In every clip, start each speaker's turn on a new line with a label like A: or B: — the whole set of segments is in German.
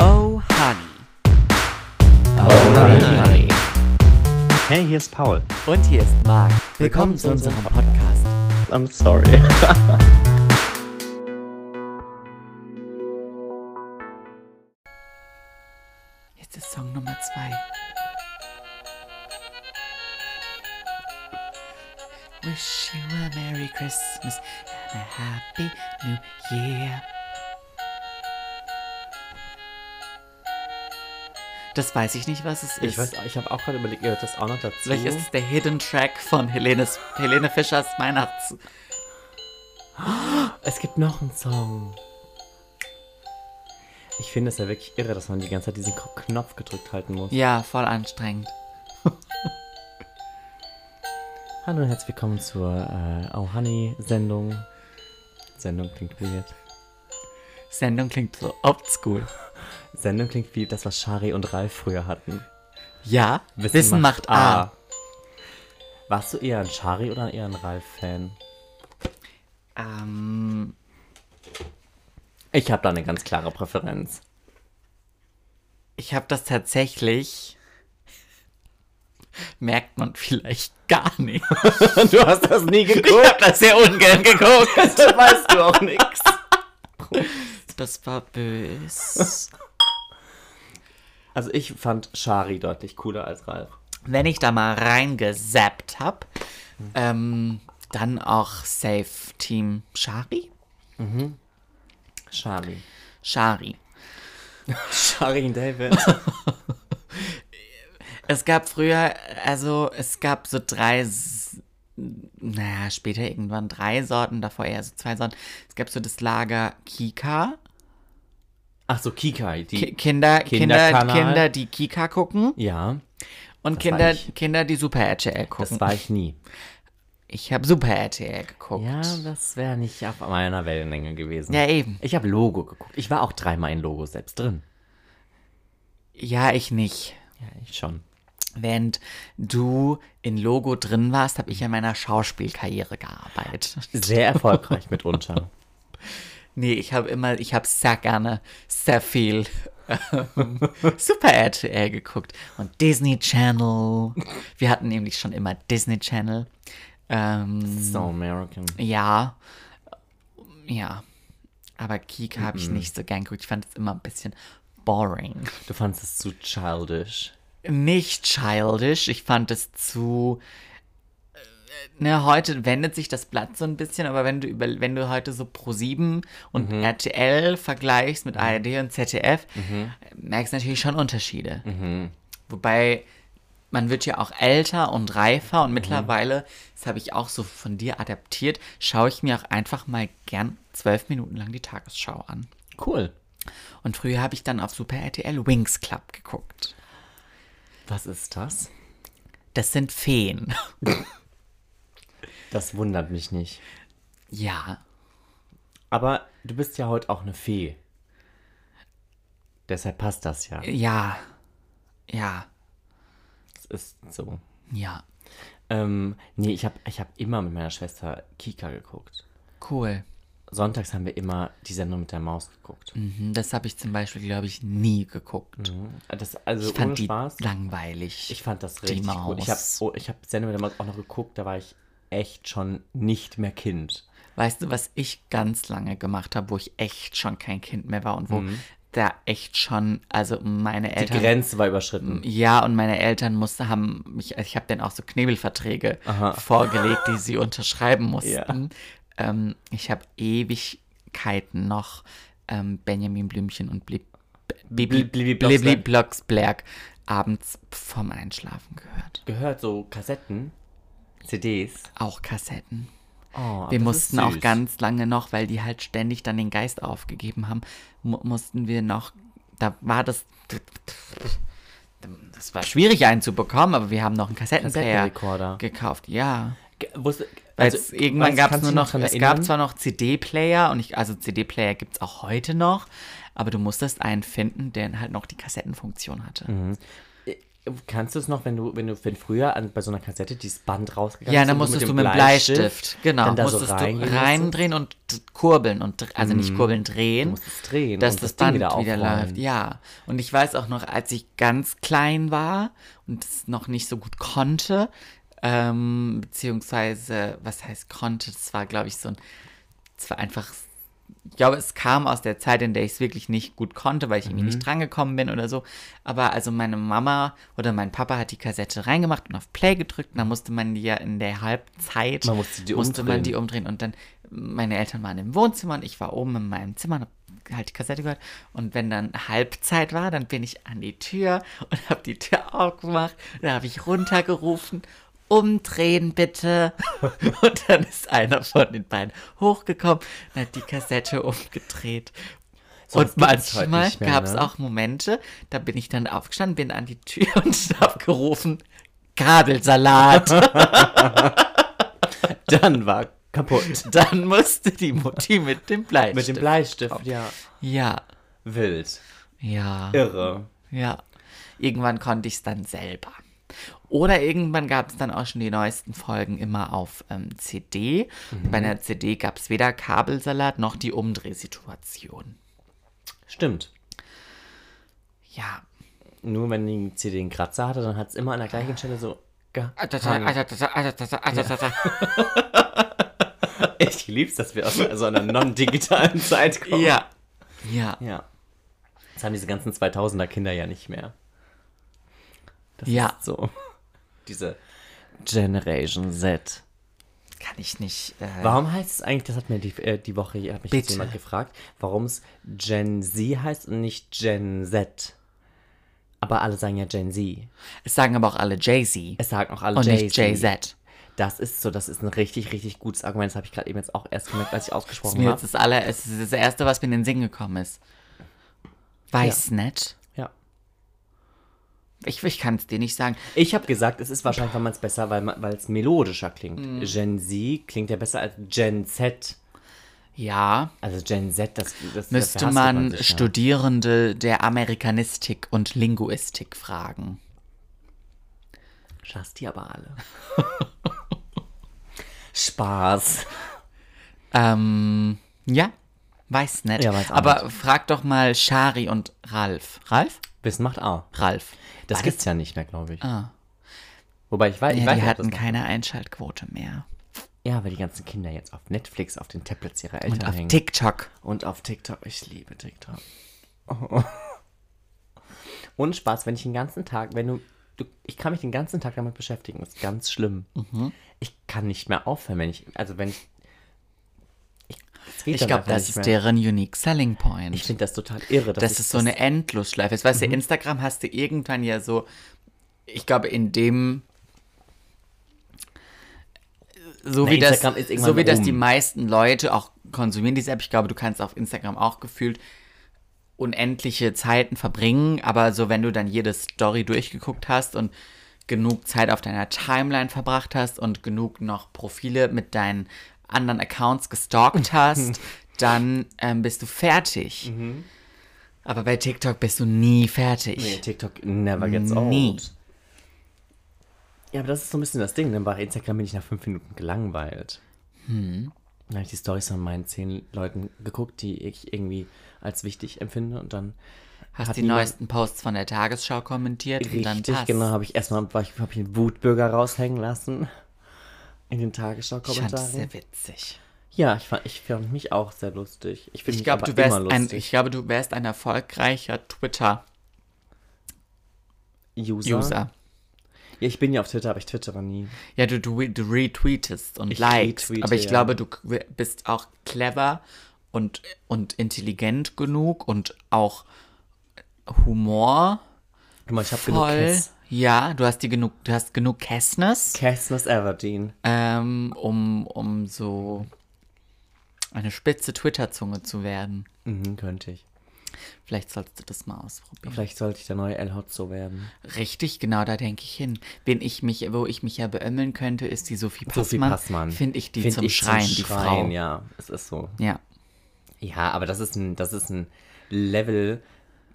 A: Oh, Honey.
B: Alright.
C: Hey, hier ist Paul.
A: Und hier ist Marc. Willkommen zu unserem Podcast.
C: I'm sorry.
A: Jetzt ist Song Nummer zwei. Wish you a Merry Christmas and a Happy New Year. Das weiß ich nicht, was es ist.
B: Ich weiß, ich habe auch gerade überlegt, gehört das auch noch dazu?
A: Vielleicht ist es der Hidden Track von Helenes, Helene Fischers Weihnachts.
B: es gibt noch einen Song. Ich finde es ja wirklich irre, dass man die ganze Zeit diesen K- Knopf gedrückt halten muss.
A: Ja, voll anstrengend.
B: Hallo und herzlich willkommen zur äh, Oh Honey Sendung. Sendung klingt weird.
A: Sendung klingt so oldschool.
B: Sendung klingt wie das, was Shari und Ralf früher hatten.
A: Ja, Wissen, macht, A.
B: Warst du eher ein Shari oder eher ein Ralf-Fan?
A: Ähm,
B: Ich habe da eine ganz klare Präferenz.
A: ich habe das tatsächlich. Merkt man vielleicht gar nicht.
B: du hast das nie
A: Ich habe das sehr ungern geguckt.
B: das weißt du auch nix.
A: Das war bös.
B: Also ich fand Shari deutlich cooler als Ralf.
A: Wenn ich da mal reingesappt hab, ähm, dann auch Safe Team Shari?
B: Shari.
A: Shari.
B: Shari David.
A: Es gab früher, also es gab so drei, S- naja, später irgendwann drei Sorten, davor eher so zwei Sorten. Es gab so das Lager Kika,
B: Ach so, Kikai. Die,
A: Ki Kinder, Kinder,
B: Kinderkanal.
A: Kinder, die Kika gucken
B: ja,
A: und
B: war
A: Kinder,
B: ich.
A: Kinder, die Super RTL
B: das
A: gucken.
B: war ich nie.
A: Ich habe Super RTL geguckt.
B: Ja, das wäre nicht auf meiner Wellenlänge gewesen.
A: Ja, eben.
B: Ich habe Logo geguckt. Ich war auch dreimal in Logo selbst drin.
A: Ja, ich nicht.
B: Ja, ich schon.
A: Während du in Logo drin warst, habe ich an meiner Schauspielkarriere gearbeitet.
B: Sehr erfolgreich mitunter.
A: Nee, ich habe immer, ich habe sehr gerne, sehr viel ähm, Super RTL geguckt und Disney Channel. Wir hatten nämlich schon immer Disney Channel. Ähm,
B: So American.
A: ja, ja, aber Kika habe ich nicht so gern geguckt. Ich fand es immer ein bisschen boring.
B: Du fandest es zu childish.
A: Nicht childish. Ich fand es zu äh, Ne, heute wendet sich das Blatt so ein bisschen, aber wenn du über, wenn du heute so Pro7 und RTL vergleichst mit ARD und ZDF, merkst du natürlich schon Unterschiede. Wobei man wird ja auch älter und reifer und mittlerweile, das habe ich auch so von dir adaptiert, schaue ich mir auch einfach mal gern zwölf Minuten lang die Tagesschau an.
B: Cool.
A: Und früher habe ich dann auf Super RTL Wings Club geguckt.
B: Was ist das?
A: Das sind Feen.
B: Das wundert mich nicht.
A: Ja.
B: Aber du bist ja heute auch eine Fee. Deshalb passt das ja.
A: Ja. Ja.
B: Es ist so.
A: Ja.
B: Ähm, nee, ich habe ich hab immer mit meiner Schwester Kika geguckt.
A: Cool.
B: Sonntags haben wir immer die Sendung mit der Maus geguckt.
A: Mhm, Das habe ich zum Beispiel, glaube ich, nie geguckt.
B: Das, also
A: Ich fand
B: Mhm. ohne
A: die
B: Spaß.
A: langweilig.
B: Ich fand das richtig
A: Maus.
B: cool. Ich habe oh, ich hab Sendung mit der Maus auch noch geguckt, da war ich echt schon nicht mehr Kind.
A: weißt du, was ich ganz lange gemacht habe, wo ich echt schon kein Kind mehr war und wo da echt schon, also meine
B: Mhm. Die
A: Eltern.
B: Grenze war überschritten.
A: Ja, und meine Eltern mussten, haben mich, also ich habe denen auch so Knebelverträge vorgelegt, die sie unterschreiben mussten. Ähm, ich habe Ewigkeiten noch ähm, Benjamin Blümchen und Blib, Bibi,
B: Blib- Blibi
A: Blibli
B: Blocksberg.
A: Blocksberg abends vorm Einschlafen gehört.
B: Gehört so Kassetten, CDs.
A: Auch Kassetten.
B: Oh, aber
A: Wir
B: das
A: mussten
B: ist
A: auch
B: süß.
A: ganz lange noch, weil die halt ständig dann den Geist aufgegeben haben, mu mussten wir noch, da war das, das war schwierig einzubekommen, aber wir haben noch einen Kassettenplayer
B: Kassettenrekorder.
A: gekauft, ja.
B: Ge- wusste-
A: Weil
B: also,
A: es- irgendwann
B: weißt-
A: gab es
B: kannst
A: nur
B: du dich
A: noch,
B: dran
A: es
B: erinnern?
A: gab zwar noch CD-Player und ich, also CD-Player gibt es auch
B: Mhm.
A: heute noch, aber du musstest einen finden, der halt noch die Kassettenfunktion hatte.
B: Kannst du es noch, wenn du, wenn du wenn früher an, bei so einer Kassette dieses Band rausgegangen
A: Ja, dann
B: und
A: musstest du mit dem Bleistift, genau,
B: dann da so
A: musstest
B: reingehen
A: du
B: musstest?
A: reindrehen und d- kurbeln und dr- also nicht kurbeln, drehen,
B: musstest drehen
A: dass
B: und
A: das,
B: das Ding
A: Band
B: wieder
A: wieder,
B: aufrollen.
A: läuft. Ja, und ich weiß auch noch, als ich ganz klein war und es noch nicht so gut konnte, ähm, beziehungsweise was heißt konnte, das war glaube ich so ein, es war einfach ich glaube, es kam aus der Zeit, in der ich es wirklich nicht gut konnte, weil ich irgendwie
B: Mhm.
A: nicht drangekommen bin oder so. Aber also meine Mama oder mein Papa hat die Kassette reingemacht und auf Play gedrückt. Und dann musste man die ja in der Halbzeit,
B: Man musste die
A: man
B: umdrehen.
A: die umdrehen. Und dann, meine Eltern waren im Wohnzimmer und ich war oben in meinem Zimmer und hab halt die Kassette gehört. Und wenn dann Halbzeit war, dann bin ich an die Tür und habe die Tür aufgemacht. Und dann habe ich runtergerufen. Umdrehen bitte. Und dann ist einer von den beiden hochgekommen und hat die Kassette umgedreht.
B: Sowas
A: und
B: gibt's heute
A: manchmal
B: nicht mehr,
A: gab es
B: ne?
A: auch Momente, da bin ich dann aufgestanden, bin an die Tür und habe gerufen, Kabelsalat.
B: Dann war kaputt.
A: Dann musste die Mutti mit dem Bleistift.
B: Mit dem Bleistift, ja.
A: Ja,
B: Wild.
A: ja,
B: Irre.
A: ja. Irgendwann konnte ich es dann selber. Oder irgendwann gab es dann auch schon die neuesten Folgen immer auf ähm, CD. Und bei einer CD gab es weder Kabelsalat noch die Umdrehsituation.
B: Stimmt.
A: Ja,
B: Nur wenn die CD einen Kratzer hatte, dann hat es immer an der gleichen Stelle so. gehangen.
A: Ja,
B: Ich lieb's, dass wir aus so einer non-digitalen Zeit kommen.
A: ja,
B: Ja. Das haben diese ganzen 2000er Kinder ja nicht mehr. Das
A: Ja.
B: ist so. Diese Generation Z.
A: kann ich nicht. Äh,
B: Warum heißt es eigentlich, das hat mir die, äh, die Woche, hier hat mich jetzt
A: Bitte.
B: jemand gefragt, warum es Gen Z heißt und nicht Gen Z. Aber alle sagen ja Gen Z.
A: es sagen aber auch alle Jay-Z
B: Es sagen auch alle
A: und
B: Jay-Z.
A: nicht Jay-Z.
B: Das ist so, das ist ein richtig, richtig gutes Argument. Das habe ich gerade eben jetzt auch erst gemerkt, als ich
A: Ist
B: ausgesprochen
A: mir
B: habe.
A: jetzt das aller, es ist das erste, was mir in den Sinn gekommen ist. Weiß nicht.
B: Ja.
A: Ich, ich kann es dir nicht sagen.
B: Ich habe gesagt, es ist wahrscheinlich, weil man es besser, weil man- weil es melodischer klingt.
A: Mhm.
B: Gen Z klingt ja besser als Gen Z.
A: Ja,
B: Also Gen Z, das, das
A: müsste
B: das verhasst
A: man
B: sich, ja.
A: Studierende der Amerikanistik und Linguistik fragen.
B: Schaffst die aber alle. Spaß.
A: Ähm, ja, weiß nicht.
B: Ja, weiß auch
A: aber frag doch mal Shari und Ralf. Ralf?
B: Wissen macht A.
A: Ralf.
B: Das
A: War Ah.
B: gibt's ja nicht mehr, glaube ich. Wobei ich weiß, ich
A: Ja,
B: weiß
A: die
B: nicht, ob
A: hatten
B: das noch-
A: keine Einschaltquote mehr.
B: Ja, weil die ganzen Kinder jetzt auf Netflix, auf den Tablets ihrer Eltern
A: Und auf
B: hängen.
A: TikTok.
B: Und auf TikTok. Ich liebe TikTok. Oh. Und Spaß, wenn ich den ganzen Tag, wenn du, du, ich kann mich den ganzen Tag damit beschäftigen, ist ganz schlimm.
A: Mhm.
B: Ich kann nicht mehr aufhören, wenn ich, also wenn ich, ich, es geht
A: Ich
B: dann
A: glaube,
B: einfach
A: das
B: nicht
A: ist
B: mehr.
A: deren unique selling point.
B: Ich finde das total irre. dass
A: das
B: ich Mhm.
A: ist so eine Endlosschleife. Jetzt weißt du, Instagram hast du irgendwann ja so, ich glaube, in dem so
B: Na,
A: wie das,
B: Instagram ist irgendwann
A: so wie das
B: rum.
A: die meisten Leute auch konsumieren diese App. Ich glaube, du kannst auf Instagram auch gefühlt unendliche Zeiten verbringen, aber so wenn du dann jede Story durchgeguckt hast und genug Zeit auf deiner Timeline verbracht hast und genug noch Profile mit deinen anderen Accounts gestalkt hast, dann ähm, bist du fertig. Aber bei TikTok bist du nie fertig.
B: Mhm. Nee, TikTok never gets old.
A: Nie.
B: Ja, aber das ist so ein bisschen das Ding. Dann bei Instagram bin ich nach fünf Minuten gelangweilt.
A: Hm.
B: Dann habe ich die Stories von meinen zehn Leuten geguckt, die ich irgendwie als wichtig empfinde. Und dann
A: Hast
B: hat
A: die
B: niemand-
A: neuesten Posts von der Tagesschau kommentiert und dann
B: Richtig,
A: passt.
B: genau, habe ich erstmal war ich, hab ich einen Wutbürger raushängen lassen. In den
A: Ich fand das
B: Tagesschau-Kommentaren.
A: sehr witzig.
B: Ja, ich fand, ich fand mich auch sehr lustig. Ich, find
A: Ich
B: mich
A: glaube,
B: Mhm, aber
A: du wärst
B: immer
A: ein,
B: lustig.
A: ich glaube, du wärst ein erfolgreicher Twitter-User.
B: User. Ja, ich bin ja auf Twitter, aber ich twittere nie.
A: Ja, du, du, du retweetest und
B: Ich
A: likest,
B: retweete,
A: aber ich
B: ja.
A: glaube, du k- bist auch clever und, und intelligent genug und auch Humor
B: Guck mal, ich habe genug
A: voll.
B: Kess.
A: Ja, du hast die genug, du hast genug Kessness,
B: Kessness Everdeen.
A: ähm, um, um so eine spitze Twitter-Zunge zu werden.
B: Mhm, könnte ich.
A: Vielleicht sollst du das mal ausprobieren.
B: Vielleicht sollte ich der neue El Hotzo werden.
A: Richtig, genau da denke ich hin. Wen ich mich, wo ich mich ja beömmeln könnte, ist die Sophie Passmann.
B: Sophie Passmann.
A: Finde ich die
B: Find
A: zum
B: ich
A: Schreien, die Frau. Ja.
B: Ja, es ist so.
A: ja.
B: Ja, aber das ist ein, das ist ein Level,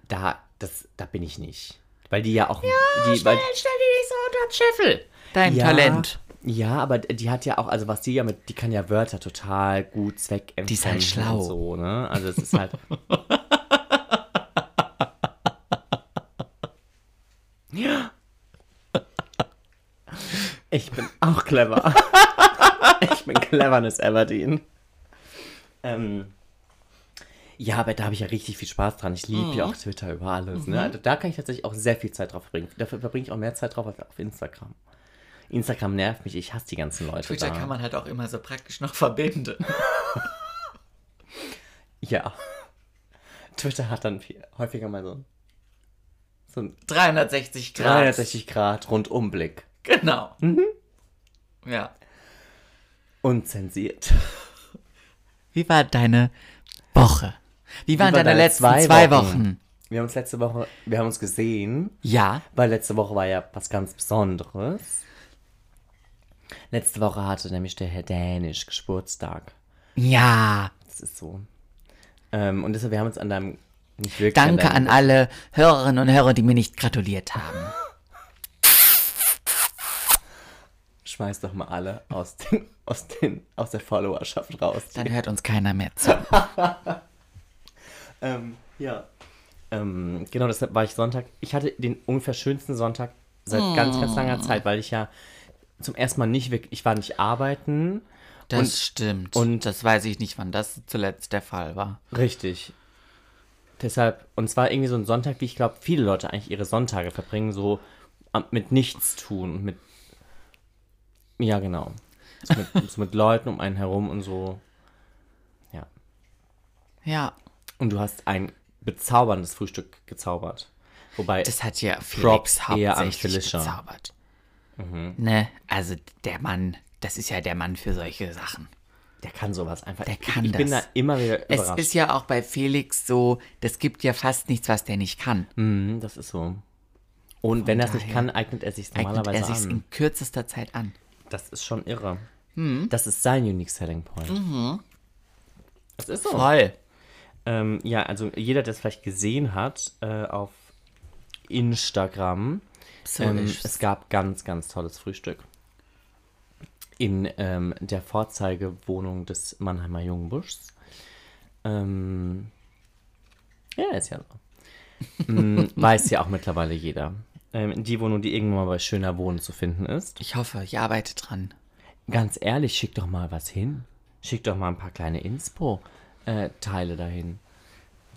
B: da, das, da bin ich nicht. Weil die ja auch. die, weil,
A: stell dir nicht so unter den Scheffel. Dein
B: ja,
A: Talent.
B: Ja, aber die hat ja auch, also was die ja mit, die kann ja Wörter total gut zweckempfinden.
A: ist halt schlau.
B: Und so, ne? Also es ist halt. Ja. Ich bin auch clever. Ich bin cleverness Everdeen. Ähm, ja, aber da habe ich ja richtig viel Spaß dran. Ich liebe
A: Mhm.
B: ja auch Twitter über alles. Ne? Also da kann ich tatsächlich auch sehr viel Zeit drauf verbringen. Dafür verbringe ich auch mehr Zeit drauf als auf Instagram. Instagram nervt mich. Ich hasse die ganzen Leute
A: Twitter
B: da.
A: kann man halt auch immer so praktisch noch verbinden.
B: Ja. Twitter hat dann viel, häufiger mal so einen, so einen
A: 360 Grad.
B: 360 Grad Rundumblick.
A: Genau. Ja.
B: Unzensiert.
A: Wie war deine Woche? Wie waren
B: Über
A: deine, letzten zwei, Wochen?
B: Wir haben uns letzte Woche, wir haben uns gesehen,
A: Ja.
B: weil letzte Woche war ja was ganz Besonderes. Letzte Woche hatte nämlich der Herr Dänisch Geburtstag.
A: Ja.
B: Das ist so. Ähm, und deshalb, wir haben uns an deinem nicht wirklich
A: Danke an
B: deinem-
A: alle Hörerinnen und Hörer, die mir nicht gratuliert haben.
B: Schmeiß doch mal alle aus, den, aus, den, aus der Followerschaft raus.
A: Dann hört uns keiner mehr zu.
B: Ähm, ja. Ähm, genau, deshalb war ich Sonntag. Ich hatte den ungefähr schönsten Sonntag seit ganz, ganz langer Zeit, weil ich ja zum ersten Mal nicht wirklich, ich war nicht arbeiten.
A: Das stimmt. Und das weiß ich nicht, wann das zuletzt der Fall war.
B: Richtig. Deshalb, und zwar irgendwie so ein Sonntag, wie ich glaube, viele Leute eigentlich ihre Sonntage verbringen, so am- mit nichts tun, mit. Ja, genau. So mit, so mit Leuten um einen herum und so. Ja.
A: Ja.
B: Und du hast ein bezauberndes Frühstück gezaubert. Wobei.
A: Das hat ja Felix
B: Props eher an
A: hauptsächlich
B: Felicia. Mhm.
A: gezaubert. Ne? Also der Mann, das ist ja der Mann für solche Sachen.
B: Der kann sowas einfach.
A: Der
B: Ich-
A: kann
B: ich bin da
A: das.
B: immer wieder
A: Es
B: überrascht.
A: ist ja auch bei Felix so, das gibt ja fast nichts, was der nicht kann.
B: Mhm, das ist so. Und wenn er es nicht kann, eignet er sich
A: Eignet
B: normalerweise
A: er sich
B: an.
A: in kürzester Zeit an.
B: Das ist schon irre.
A: Mhm.
B: Das ist sein Unique Selling Point. Das ist so.
A: Voll.
B: Ähm, ja, also jeder, der es vielleicht gesehen hat äh, auf Instagram,
A: So
B: ähm,
A: ist's.
B: es gab ganz, ganz tolles Frühstück. In ähm, der Vorzeigewohnung des Mannheimer Jungbuschs. Ähm, ja, ist ja so. Mm, Weiß ja auch mittlerweile jeder. Ähm, die Wohnung, die irgendwann mal bei Schöner Wohnen zu finden ist.
A: Ich hoffe, ich arbeite dran.
B: Ganz ehrlich, schick doch mal was hin. Schick doch mal ein paar kleine Inspo-Teile dahin.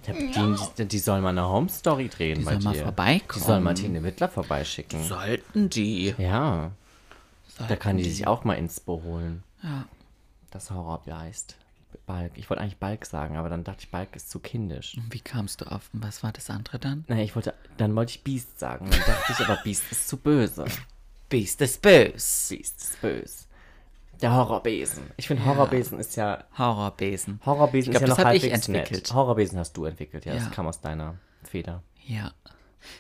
B: Ich hab die, die, die soll mal eine Home-Story drehen die bei
A: soll mal
B: dir. Die
A: vorbeikommen.
B: soll Martine Wittler vorbeischicken.
A: Sollten die.
B: ja. Da kann die sich auch mal Inspo holen. Ja. Das Horrorgeist. Balk. Ich wollte eigentlich Balk sagen, aber dann dachte ich, Balk ist zu kindisch.
A: Wie kamst du auf? Und was war das andere dann?
B: Naja, ich wollte, dann wollte ich Beast sagen. Dann dachte ich aber, Beast ist zu böse.
A: Beast is Böse.
B: Beast ist böse. Der Horrorbesen. Ich finde, Horrorbesen ist ja
A: Horrorbesen.
B: Horrorbesen
A: Ich glaub,
B: ist ja
A: das
B: noch
A: hab ich
B: halbwegs
A: entwickelt.
B: nett. Horrorbesen hast du entwickelt, ja,
A: Ja.
B: Das kam aus deiner Feder.
A: Ja.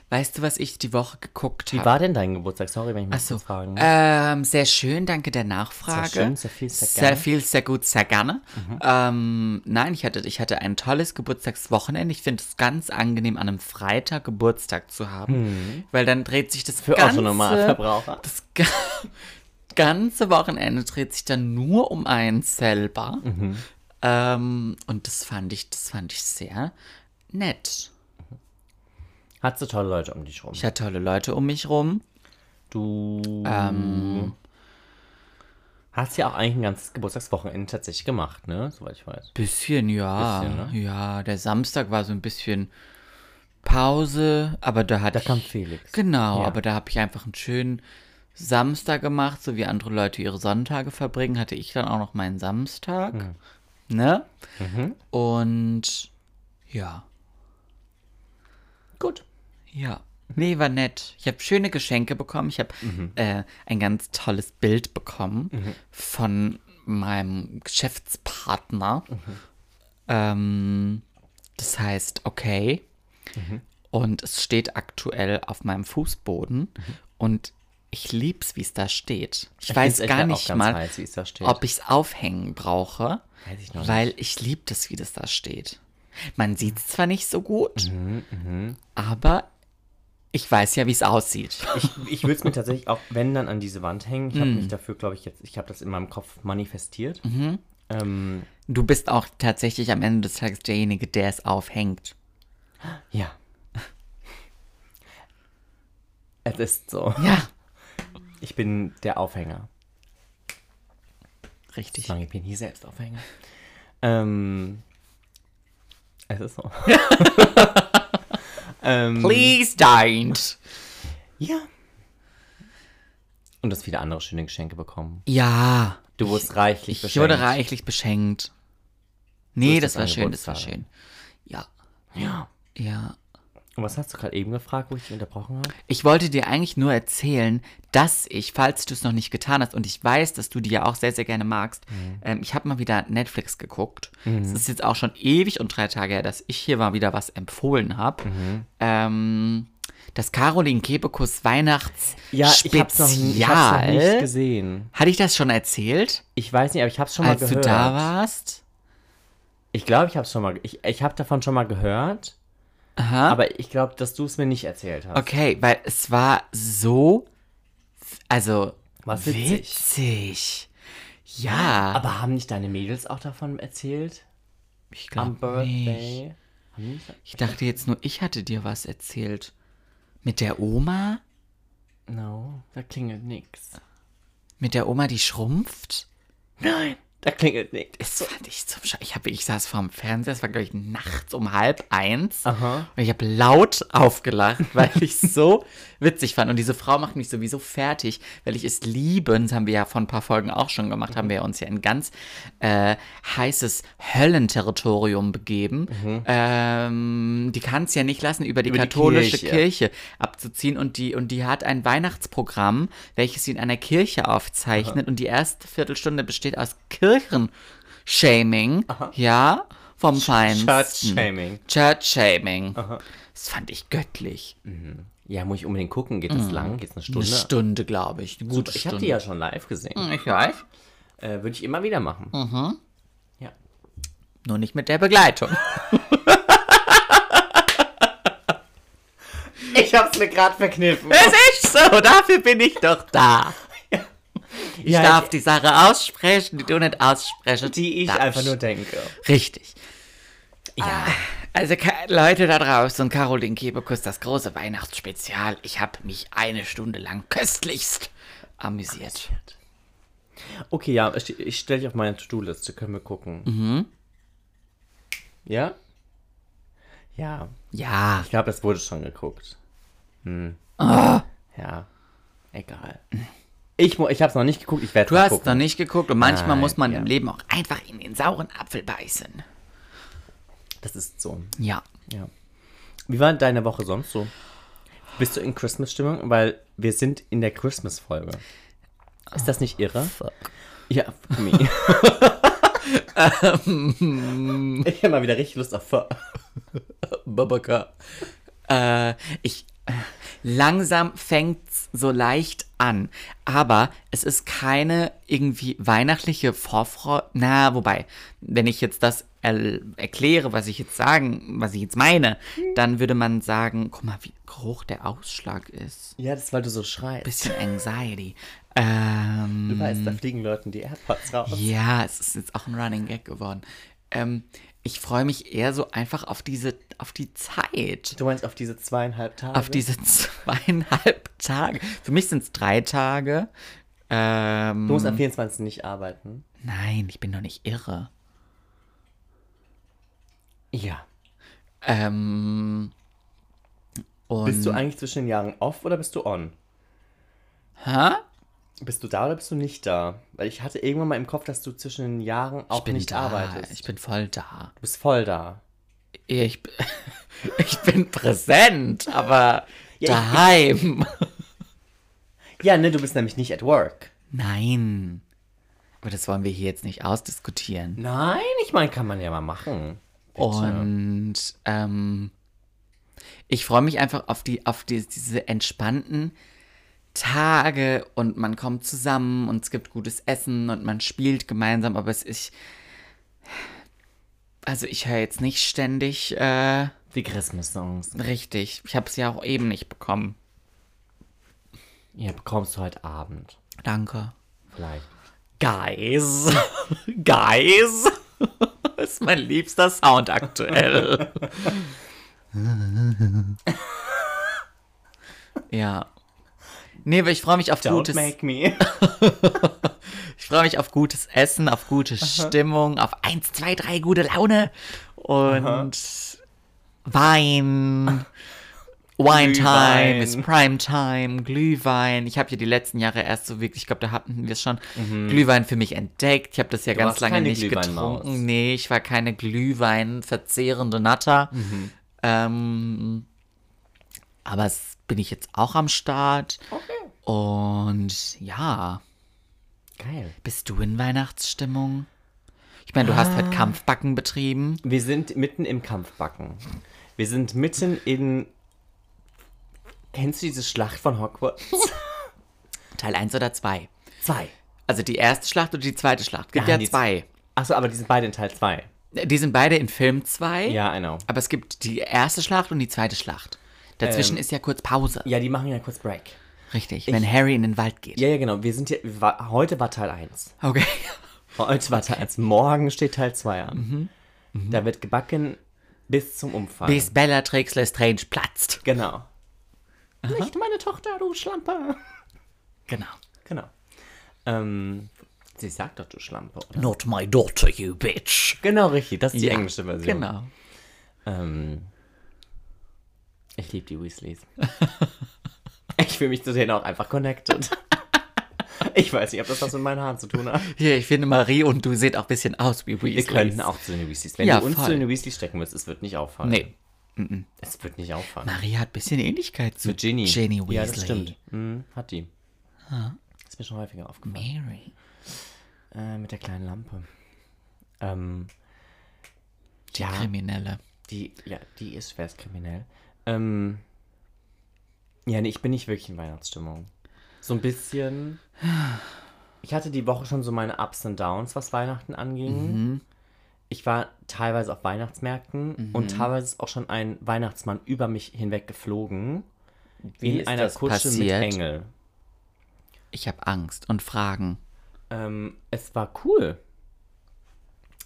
A: Weißt du, was ich die Woche geguckt
B: Wie
A: habe?
B: war denn dein Geburtstag? Sorry, wenn ich mich
A: Achso.
B: kurz fragen.
A: Ähm, sehr schön, danke der Nachfrage.
B: Mhm. Sehr schön, sehr viel, sehr
A: Sehr
B: gerne. Mhm.
A: viel, sehr gut, sehr gerne. Ähm, nein, ich hatte, ich hatte ein tolles Geburtstagswochenende. Ich finde es ganz angenehm, an einem Freitag Geburtstag zu haben, weil dann dreht sich das
B: Mhm. Für
A: ganze,
B: Autonormalverbraucher.
A: das ga- ganze Wochenende dreht sich dann nur um einen selber.
B: Mhm.
A: Ähm, und das fand ich, das fand ich sehr nett.
B: Hattest du tolle Leute um dich rum?
A: Ich hatte tolle Leute um mich rum.
B: Du
A: ähm,
B: hast ja auch eigentlich ein ganzes Geburtstagswochenende tatsächlich gemacht, ne? Soweit ich weiß.
A: Bisschen, ja.
B: Bisschen, ne?
A: Ja, der Samstag war so ein bisschen Pause, aber da hatte
B: Da kam
A: ich,
B: Felix.
A: Genau,
B: Ja.
A: aber da habe ich einfach einen schönen Samstag gemacht, so wie andere Leute ihre Sonntage verbringen, hatte ich dann auch noch meinen Samstag.
B: Hm.
A: Ne?
B: Mhm.
A: Und ja,
B: Gut.
A: ja. Nee, war nett. Ich habe schöne Geschenke bekommen. Ich habe
B: Mhm.
A: äh, ein ganz tolles Bild bekommen von meinem Geschäftspartner.
B: Mhm.
A: Ähm, das heißt, okay.
B: Mhm.
A: Und es steht aktuell auf meinem Fußboden. Und ich lieb's, wie es da steht. Ich,
B: Mhm. find's
A: weiß
B: echt
A: gar
B: auch
A: nicht
B: ganz
A: mal,
B: heiß, wie es da steht.
A: ob ich es aufhängen brauche.
B: Weiß ich noch
A: weil ich lieb das, wie das da steht. Man sieht es zwar nicht so gut, aber Ich weiß ja, wie es aussieht.
B: Ich, ich würde es mir tatsächlich auch, wenn dann, an diese Wand hängen. Ich habe
A: Hm.
B: mich dafür, glaube ich, jetzt, ich habe das in meinem Kopf manifestiert. Ähm,
A: Du bist auch tatsächlich am Ende des Tages derjenige, der es aufhängt.
B: ja. es ist so.
A: Ja,
B: Ich bin der Aufhänger.
A: richtig.
B: Solange ich bin hier selbst aufhänge. Ähm, es ist so. ähm,
A: Please don't.
B: Ja. Und dass viele andere schöne Geschenke bekommen.
A: Ja,
B: Du wurdest reichlich
A: ich wurde reichlich beschenkt. Nee, das war schön, das war schön. Ja,
B: Ja.
A: ja.
B: Und was hast du gerade eben gefragt, wo ich dich unterbrochen habe?
A: Ich wollte dir eigentlich nur erzählen, dass ich, falls du es noch nicht getan hast, und ich weiß, dass du die ja auch sehr, sehr gerne magst,
B: Mhm.
A: ähm, ich habe mal wieder Netflix geguckt. Es ist jetzt auch schon ewig und drei Tage her, dass ich hier mal wieder was empfohlen habe.
B: Mhm.
A: Ähm, das Caroline Kebekus Weihnachts
B: ich hab's noch, n- ich hab's noch nicht gesehen.
A: Hatte ich das schon erzählt,
B: Ich weiß nicht, aber ich hab's schon mal
A: als
B: gehört.
A: du da warst?
B: Ich glaube, ich hab's schon mal. ge- Ich, ich hab davon schon mal gehört.
A: Aha.
B: Aber ich glaube, dass du es mir nicht erzählt hast.
A: Okay, weil es war so, also
B: Was witzig.
A: witzig. Ja,
B: Aber haben nicht deine Mädels auch davon erzählt?
A: ich
B: Am
A: glaub nicht.
B: Birthday? Haben die nicht?
A: Ich dachte jetzt nur, ich hatte dir was erzählt. Mit der Oma?
B: No, da klingelt nix.
A: Mit der Oma, die schrumpft?
B: Nein, da klingelt nix.
A: Das fand ich zum Scheiß. Ich, hab- ich saß vorm Fernseher, es war, glaube ich, nachts um halb eins.
B: Aha.
A: Und ich habe laut aufgelacht, weil ich es so witzig fand. Und diese Frau macht mich sowieso fertig, weil ich es liebe. Und Das haben wir ja vor ein paar Folgen auch schon gemacht.
B: Mhm.
A: Haben wir uns ja in ganz äh, heißes Höllenterritorium begeben. Ähm, die kann es ja nicht lassen, über die
B: Mhm. Über die
A: katholische
B: Kirche.
A: Kirche abzuziehen. Und die, und die hat ein Weihnachtsprogramm, welches sie in einer Kirche aufzeichnet. Und die erste Viertelstunde besteht aus Kirchenshaming. Ja. Vom Feinsten.
B: Church-Shaming.
A: Church Shaming. Das fand ich göttlich.
B: Ja, muss ich unbedingt gucken. Geht das lang? Geht's eine
A: Mm. Eine
B: Stunde?
A: Stunde, glaube ich. Eine gute
B: Ich
A: Stunde.
B: habe
A: Mm.
B: die ja schon live gesehen.
A: Ich weiß.
B: Äh, Würde ich immer wieder machen.
A: Mhm.
B: Ja.
A: Nur nicht mit der Begleitung.
B: Ich hab's mir gerade verkniffen.
A: es ist so, dafür bin ich doch da. Ich
B: Ja,
A: darf die Sache aussprechen, die du nicht aussprechen
B: Die ich
A: darfst.
B: einfach nur denke.
A: Richtig. Ja. Also Ka- Leute da draußen, Caroline Kebekus, das große Weihnachtsspezial. Ich habe mich eine Stunde lang köstlichst amüsiert.
B: Okay, ja, ich, ich stelle dich auf meine To-Do-Liste. Können wir gucken.
A: Mhm.
B: Ja? Ja.
A: Ja,
B: Ich glaube, das wurde schon geguckt. Hm. Ja. Egal. Ich, mu- ich hab's noch nicht geguckt. Ich werde
A: du hast
B: gucken.
A: noch nicht geguckt und manchmal
B: Nein,
A: muss man
B: ja.
A: im Leben auch einfach in den sauren Apfel beißen.
B: Das ist so.
A: Ja.
B: Ja. Wie war deine Woche sonst so? Bist du in Christmas-Stimmung? Weil wir sind in der Christmas-Folge. Ist das nicht irre? Ja, fuck me. ich habe mal wieder richtig Lust auf fuck.
A: Babaka. Äh, ich. Langsam fängt's so leicht an. Aber es ist keine irgendwie weihnachtliche Vorfreude. Na, wobei, wenn ich jetzt das er erkläre, was ich jetzt sagen, was ich jetzt meine, dann würde man sagen, guck mal, wie hoch der Ausschlag ist.
B: Ja, das ist, weil du so schreist.
A: Bisschen Anxiety. Ähm,
B: du weißt, da fliegen Leuten die AirPods raus.
A: ja, es ist jetzt auch ein Running Gag geworden. Ähm, ich freue mich eher so einfach auf diese, auf die Zeit.
B: Du meinst auf diese zweieinhalb Tage?
A: Auf diese zweieinhalb Tage. Für mich sind es drei Tage. Ähm,
B: Du musst am 24. nicht arbeiten.
A: nein, ich bin doch nicht irre.
B: Ja.
A: Ähm, und,
B: Bist du eigentlich zwischen den Jahren off oder bist du on?
A: hä?
B: Bist du da oder bist du nicht da? Weil ich hatte irgendwann mal im Kopf, dass du zwischen den Jahren auch
A: Ich bin
B: nicht
A: da.
B: arbeitest.
A: Ich bin voll da.
B: Du bist voll da.
A: Ich, b- ich bin präsent, aber daheim.
B: Ja, ne, du bist nämlich nicht at work.
A: Nein. Aber das wollen wir hier jetzt nicht ausdiskutieren.
B: Nein, ich meine, kann man ja mal machen.
A: Und ähm, ich freue mich einfach auf, die, auf die, diese entspannten Tage und man kommt zusammen und es gibt gutes Essen und man spielt gemeinsam, aber es ist. Also ich höre jetzt nicht ständig äh,
B: Die Christmas-Songs.
A: Richtig. Ich habe es ja auch eben nicht bekommen.
B: Ja, bekommst du heute Abend.
A: Danke.
B: Vielleicht.
A: Guys. Guys. ist mein liebster Sound aktuell. ja. Nee, aber ich freue mich auf gutes.
B: me.
A: Ich freue mich auf gutes Essen, auf gute Stimmung, auf eins, zwei, drei gute Laune und Wein. Wine
B: Glühwein.
A: Time ist Prime Time, Glühwein. Ich habe ja die letzten Jahre erst so wirklich, ich glaube, da hatten wir es schon, Glühwein für mich entdeckt. Ich habe das ja ganz
B: Mhm. warst
A: lange
B: keine
A: nicht
B: Glühweinmaus.
A: getrunken. Nee, ich war keine Glühwein verzehrende Natter.
B: Mhm.
A: Ähm, aber es bin ich jetzt auch am Start.
B: Okay.
A: Und ja.
B: Geil.
A: Bist du in Weihnachtsstimmung? Ich meine, du hast
B: Ah.
A: heute Kampfbacken betrieben.
B: Wir sind mitten im Kampfbacken. Wir sind mitten in. Kennst du diese Schlacht von Hogwarts?
A: Teil 1 oder 2.
B: Zwei.
A: Also die erste Schlacht oder die zweite Schlacht. Gibt
B: Nein,
A: ja
B: die
A: zwei.
B: Achso, aber die sind beide in Teil 2.
A: Die sind beide in Film 2.
B: Ja, I know.
A: Aber es gibt die erste Schlacht und die zweite Schlacht. Dazwischen
B: Ähm,
A: ist ja kurz Pause.
B: Ja, die machen ja kurz Break.
A: Richtig, wenn Harry in den Wald geht.
B: Ja, ja, genau. Wir sind ja. wir war- Heute war Teil 1.
A: Okay.
B: Heute war Teil 1. Morgen steht Teil 2 an. Da wird gebacken bis zum Umfang.
A: Mhm. Bis Bellatrix Lestrange platzt.
B: Genau. Nicht meine Tochter, du Schlampe.
A: Genau.
B: Genau. Ähm, sie sagt doch, du Schlampe, oder?
A: Not my daughter, you bitch.
B: Genau, richtig. Das ist die
A: Ja,
B: englische Version.
A: Genau.
B: Ähm, ich liebe die Weasleys. ich fühle mich zu denen auch einfach connected. Ich weiß nicht, ob das was mit meinen Haaren zu tun hat.
A: Hier, ich finde Marie und du seht auch ein bisschen aus wie Weasleys.
B: Wir könnten auch zu den Weasleys. Wenn
A: Ja,
B: du uns
A: voll.
B: zu den Weasleys stecken willst, es wird nicht auffallen.
A: Nee.
B: Es wird nicht auffallen.
A: Marie hat ein bisschen Ähnlichkeit zu
B: Mit Ginny.
A: Ginny Weasley. Ah.
B: Ja, das stimmt. Mhm, hat die. Ist mir schon häufiger aufgefallen.
A: Mary.
B: Äh, mit der kleinen Lampe. Ähm, ja,
A: Kriminelle.
B: die, ja, die ist schwerst kriminell. Ähm, ja, nee, ich bin nicht wirklich in Weihnachtsstimmung. So ein bisschen. Ich hatte die Woche schon so meine Ups und Downs, was Weihnachten anging.
A: Mhm.
B: Ich war teilweise auf Weihnachtsmärkten und teilweise ist auch schon ein Weihnachtsmann über mich hinweg geflogen. Wie in
A: ist
B: einer
A: das
B: Kutsche
A: passiert?
B: mit Engel.
A: Ich habe Angst und Fragen.
B: Ähm, es war cool.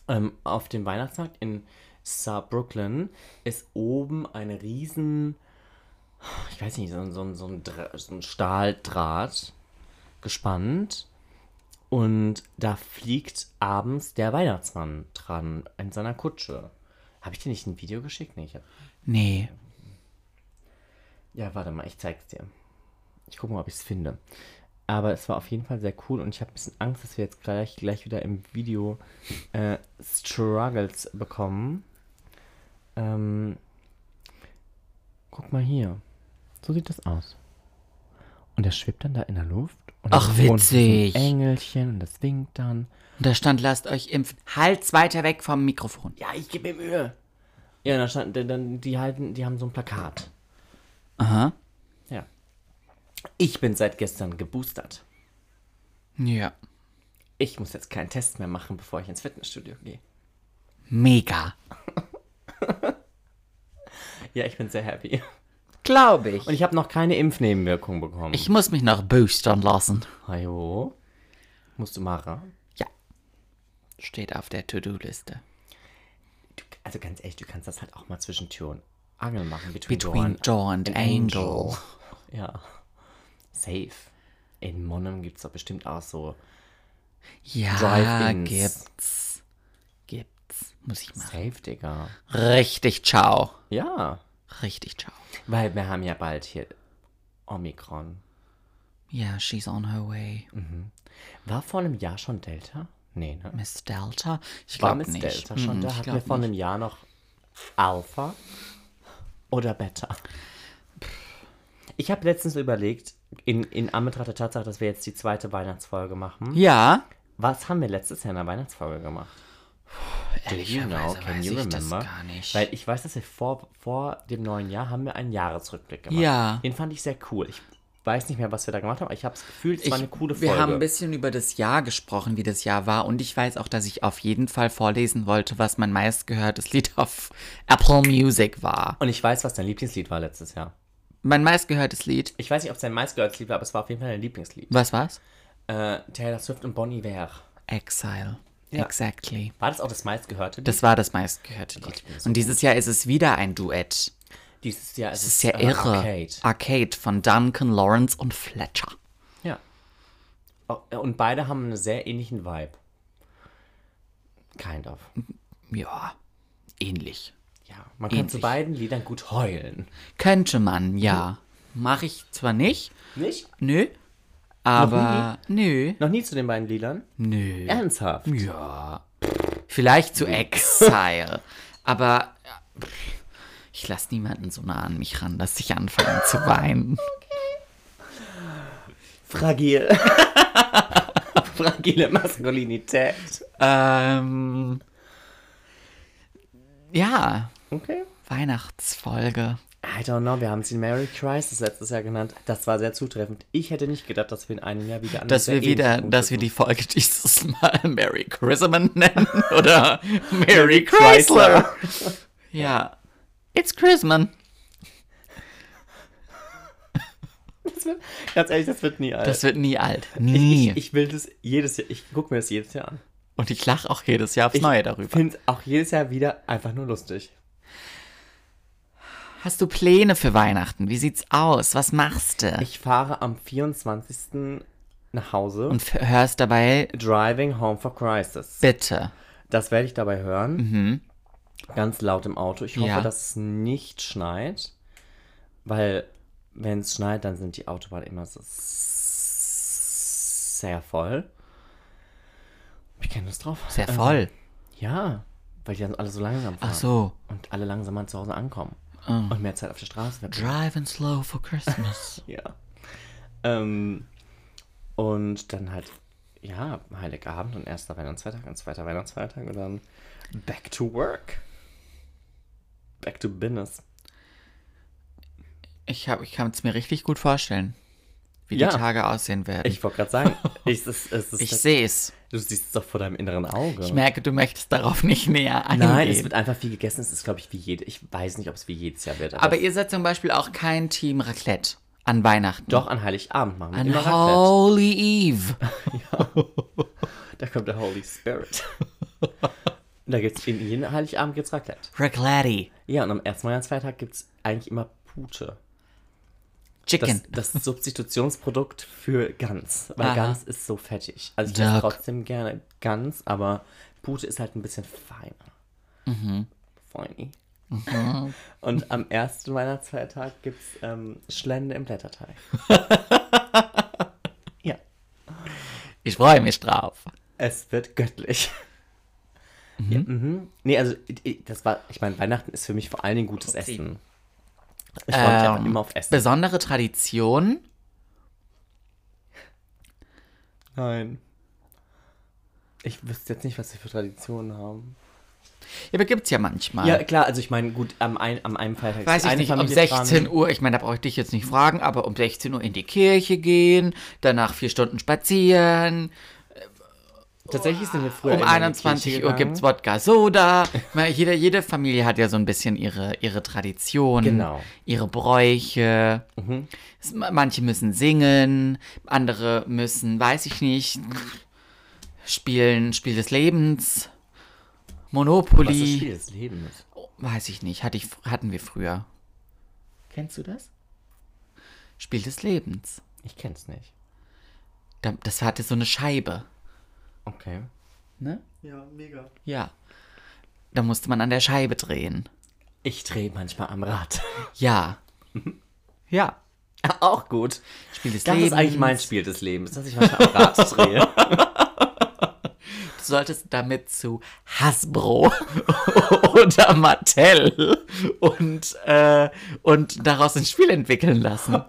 B: Ähm, auf dem Weihnachtsmarkt in South Brooklyn ist oben eine riesen, ich weiß nicht, so, ein- so, ein- so, ein, Dra- so ein Stahldraht gespannt. Und da fliegt abends der Weihnachtsmann dran in seiner Kutsche. Habe ich dir nicht ein Video geschickt? Nee, ich hab...
A: Nee.
B: Ja, warte mal, ich zeig's dir. Ich gucke mal, ob ich's finde. Aber es war auf jeden Fall sehr cool und ich habe ein bisschen Angst, dass wir jetzt gleich, gleich wieder im Video äh, Struggles bekommen. Ähm, guck mal hier. So sieht das aus. Und der schwebt dann da in der Luft. Und
A: Ach,
B: da unten ist
A: witzig.
B: Ein Engelchen und das winkt dann.
A: Und da stand, lasst euch impfen. Hals weiter weg vom Mikrofon.
B: Ja, ich gebe mir Mühe. Ja, da stand, dann- dann, die halten, die haben so ein Plakat.
A: Aha.
B: Ja. Ich bin seit gestern geboostert.
A: Ja.
B: ich muss jetzt keinen Test mehr machen, bevor ich ins Fitnessstudio gehe.
A: Mega.
B: Ja, ich bin sehr happy.
A: Glaube ich.
B: Und ich habe noch keine Impfnebenwirkung bekommen.
A: Ich muss mich noch boostern lassen.
B: Hallo? Musst du Mara?
A: Ja. Steht auf der To-Do-Liste.
B: Du, also ganz ehrlich, du kannst das halt auch mal zwischen Tür und Angel machen. Between,
A: Between Door and Angel.
B: Ja. Safe. In Monum gibt es doch bestimmt auch so.
A: Ja,
B: Drive-ins.
A: gibt's. Gibt's. Muss ich machen.
B: Safe, Digga.
A: Richtig ciao.
B: Ja.
A: Richtig ciao.
B: Weil wir haben ja bald hier Omikron.
A: Yeah, she's on her way.
B: War vor einem Jahr schon Delta? Nee, ne?
A: Miss Delta? Ich
B: War
A: glaube
B: Miss
A: nicht.
B: Delta schon
A: Mm,
B: da?
A: ich
B: Hatten
A: glaub
B: wir vor einem Jahr noch Alpha oder Beta? Ich habe letztens überlegt, in, in Anbetracht der Tatsache, dass wir jetzt die zweite Weihnachtsfolge machen,
A: Ja.
B: was haben wir letztes Jahr in der Weihnachtsfolge gemacht? Do you
A: Ehrlicherweise
B: know? Genau, Can
A: weiß
B: you
A: ich das
B: remember?
A: gar nicht.
B: Weil ich weiß, dass wir vor, vor dem neuen Jahr haben wir einen Jahresrückblick gemacht.
A: Ja.
B: Den fand ich sehr cool. Ich weiß nicht mehr, was wir da gemacht haben, aber ich habe das Gefühl, es
A: Ich,
B: war eine coole Folge.
A: wir haben ein bisschen über das Jahr gesprochen, wie das Jahr war. Und ich weiß auch, dass ich auf jeden Fall vorlesen wollte, was mein meistgehörtes Lied auf Apple Music war.
B: Und ich weiß, was dein Lieblingslied war letztes Jahr.
A: Mein meistgehörtes Lied,
B: Ich weiß nicht, ob es dein meistgehörtes Lied war, aber es war auf jeden Fall dein Lieblingslied.
A: was war's?
B: Äh, Taylor Swift und Bon Iver.
A: Exile.
B: Ja.
A: Exactly.
B: War das auch das meistgehörte Lied?
A: Das war das meistgehörte
B: Oh Gott,
A: Lied.
B: ich bin so
A: Und dieses Jahr ist es wieder ein Duett.
B: Dieses Jahr ist
A: Das
B: es
A: ist ja
B: äh,
A: irre.
B: Arcade.
A: Arcade von Duncan Lawrence und Fletcher.
B: Ja. Oh, Und beide haben einen sehr ähnlichen Vibe. Kind of.
A: Ja, ähnlich.
B: Ja, man kann zu
A: Ähnlich.
B: beiden Liedern gut heulen.
A: Könnte man, ja.
B: Hm.
A: Mache ich zwar nicht,
B: Nicht?
A: nö, aber nö,
B: Noch nie zu den beiden Liedern?
A: nö.
B: Ernsthaft?
A: Ja. Vielleicht zu Exile. Aber ja, pff, ich lasse niemanden so nah an mich ran, dass ich anfange zu weinen.
B: Fragil. Fragile Maskulinität.
A: Ähm, ja,
B: Okay.
A: Weihnachtsfolge.
B: I don't know, wir haben sie Mary Crisis letztes Jahr genannt. Das war sehr zutreffend. Ich hätte nicht gedacht, dass wir in einem Jahr wieder an
A: Dass
B: sehr
A: wir wieder,
B: ähnlichen Punkt
A: dass wir die
B: sitzen.
A: Folge dieses Mal Merry Christmas nennen oder Merry Chrysler. Ja. It's Christmas.
B: Das wird, ganz ehrlich, das wird nie alt.
A: Das wird nie alt.
B: ich,
A: Nie.
B: ich, ich will das jedes Jahr, ich gucke mir das jedes Jahr an.
A: Und ich lache auch jedes Jahr aufs
B: Ich
A: Neue darüber.
B: finde auch jedes Jahr wieder einfach nur lustig.
A: Hast du Pläne für Weihnachten? Wie sieht's aus? Was machst du?
B: Ich fahre am 24. nach Hause.
A: Und f- hörst dabei,
B: Driving Home for Crisis.
A: bitte.
B: Das werde ich dabei hören. Ganz laut im Auto. Ich hoffe,
A: Mhm. Ja.
B: dass es nicht schneit. Weil, wenn es schneit, dann sind die Autobahnen immer so sehr voll. Hab Ich kenne das drauf.
A: Sehr
B: Ähm,
A: voll.
B: ja, weil die dann alle so langsam fahren.
A: Ach so. Ah.
B: Und alle langsam an zu Hause ankommen. Und mehr Zeit auf der Straße verbringen.
A: Driving slow for Christmas.
B: Ja. Ähm, und dann halt, ja, Heiligabend und erster Weihnachtsfeiertag und zweiter Weihnachtsfeiertag und dann back to work. Back to business.
A: ich hab, ich kann es mir richtig gut vorstellen, wie
B: Ja.
A: die Tage aussehen werden.
B: Ich wollte gerade sagen, ich, es, es ist,
A: Ich sehe es.
B: du siehst es doch vor deinem inneren Auge.
A: Ich merke, du möchtest darauf nicht näher eingehen.
B: Nein, es wird einfach viel gegessen. Es ist, glaube ich, wie jede. Ich weiß nicht, ob es wie jedes Jahr wird.
A: Aber
B: es-
A: ihr seid zum Beispiel auch kein Team Raclette an Weihnachten.
B: doch an Heiligabend machen wir
A: An
B: immer Raclette.
A: Holy Eve.
B: Da kommt der Holy Spirit. da gibt's in jeden Heiligabend gibt's Raclette.
A: Raclette.
B: Ja, und am ersten Weihnachtsfeiertag gibt's eigentlich immer Pute.
A: Chicken.
B: Das, das Substitutionsprodukt für Gans. Weil
A: Aha.
B: Gans ist so fettig. Also ich esse
A: Duck.
B: trotzdem gerne Gans, aber Pute ist halt ein bisschen feiner. Mhm. Feini.
A: Mhm.
B: Und am ersten Weihnachtsfeiertag gibt es ähm, Schlende im Blätterteig. ja.
A: Ich freue mich drauf.
B: Es wird göttlich. Ja, mhm. Nee, also i- i- das war, ich meine, Weihnachten ist für mich vor allen Dingen gutes Essen. Ich freue mich einfach
A: Ähm,
B: immer auf Essen.
A: Besondere Tradition.
B: Nein. Ich wüsste jetzt nicht, was sie für Traditionen haben.
A: Ja, aber gibt's ja manchmal.
B: Ja, klar, also ich meine, gut, am, ein, am einen Freitag ist
A: Ah. Weiß ich
B: eine
A: nicht, um
B: Familie
A: 16
B: dran.
A: Uhr, ich meine, da brauche ich dich jetzt nicht fragen, aber um 16 Uhr in die Kirche gehen, danach vier Stunden spazieren,
B: Tatsächlich sind wir früher
A: um
B: immer in die
A: 21
B: Kirche
A: Uhr
B: gegangen.
A: gibt's Wodka Soda. Ich meine, jede, jede Familie hat ja so ein bisschen ihre, ihre Tradition,
B: Genau. Mhm.
A: ihre Bräuche. Es- ma- Manche müssen singen, andere müssen, weiß ich nicht, spielen, Spiel des Lebens, Monopoly.
B: Was das Spiel des Lebens.
A: Weiß ich nicht. Hatte ich, hatten wir früher. Kennst du das? Spiel des Lebens.
B: Ich kenn's nicht.
A: Da- Das hatte so eine Scheibe,
B: Okay.
A: ne? Ja, mega. Ja. Da musste man an der Scheibe drehen.
B: Ich drehe manchmal am Rad.
A: Ja. Ja.
B: Auch gut.
A: Spiel des
B: Das
A: Lebens.
B: ist eigentlich mein Spiel des Lebens, dass ich manchmal am Rad drehe.
A: Du solltest damit zu Hasbro oder Mattel und, äh, und daraus ein Spiel entwickeln lassen.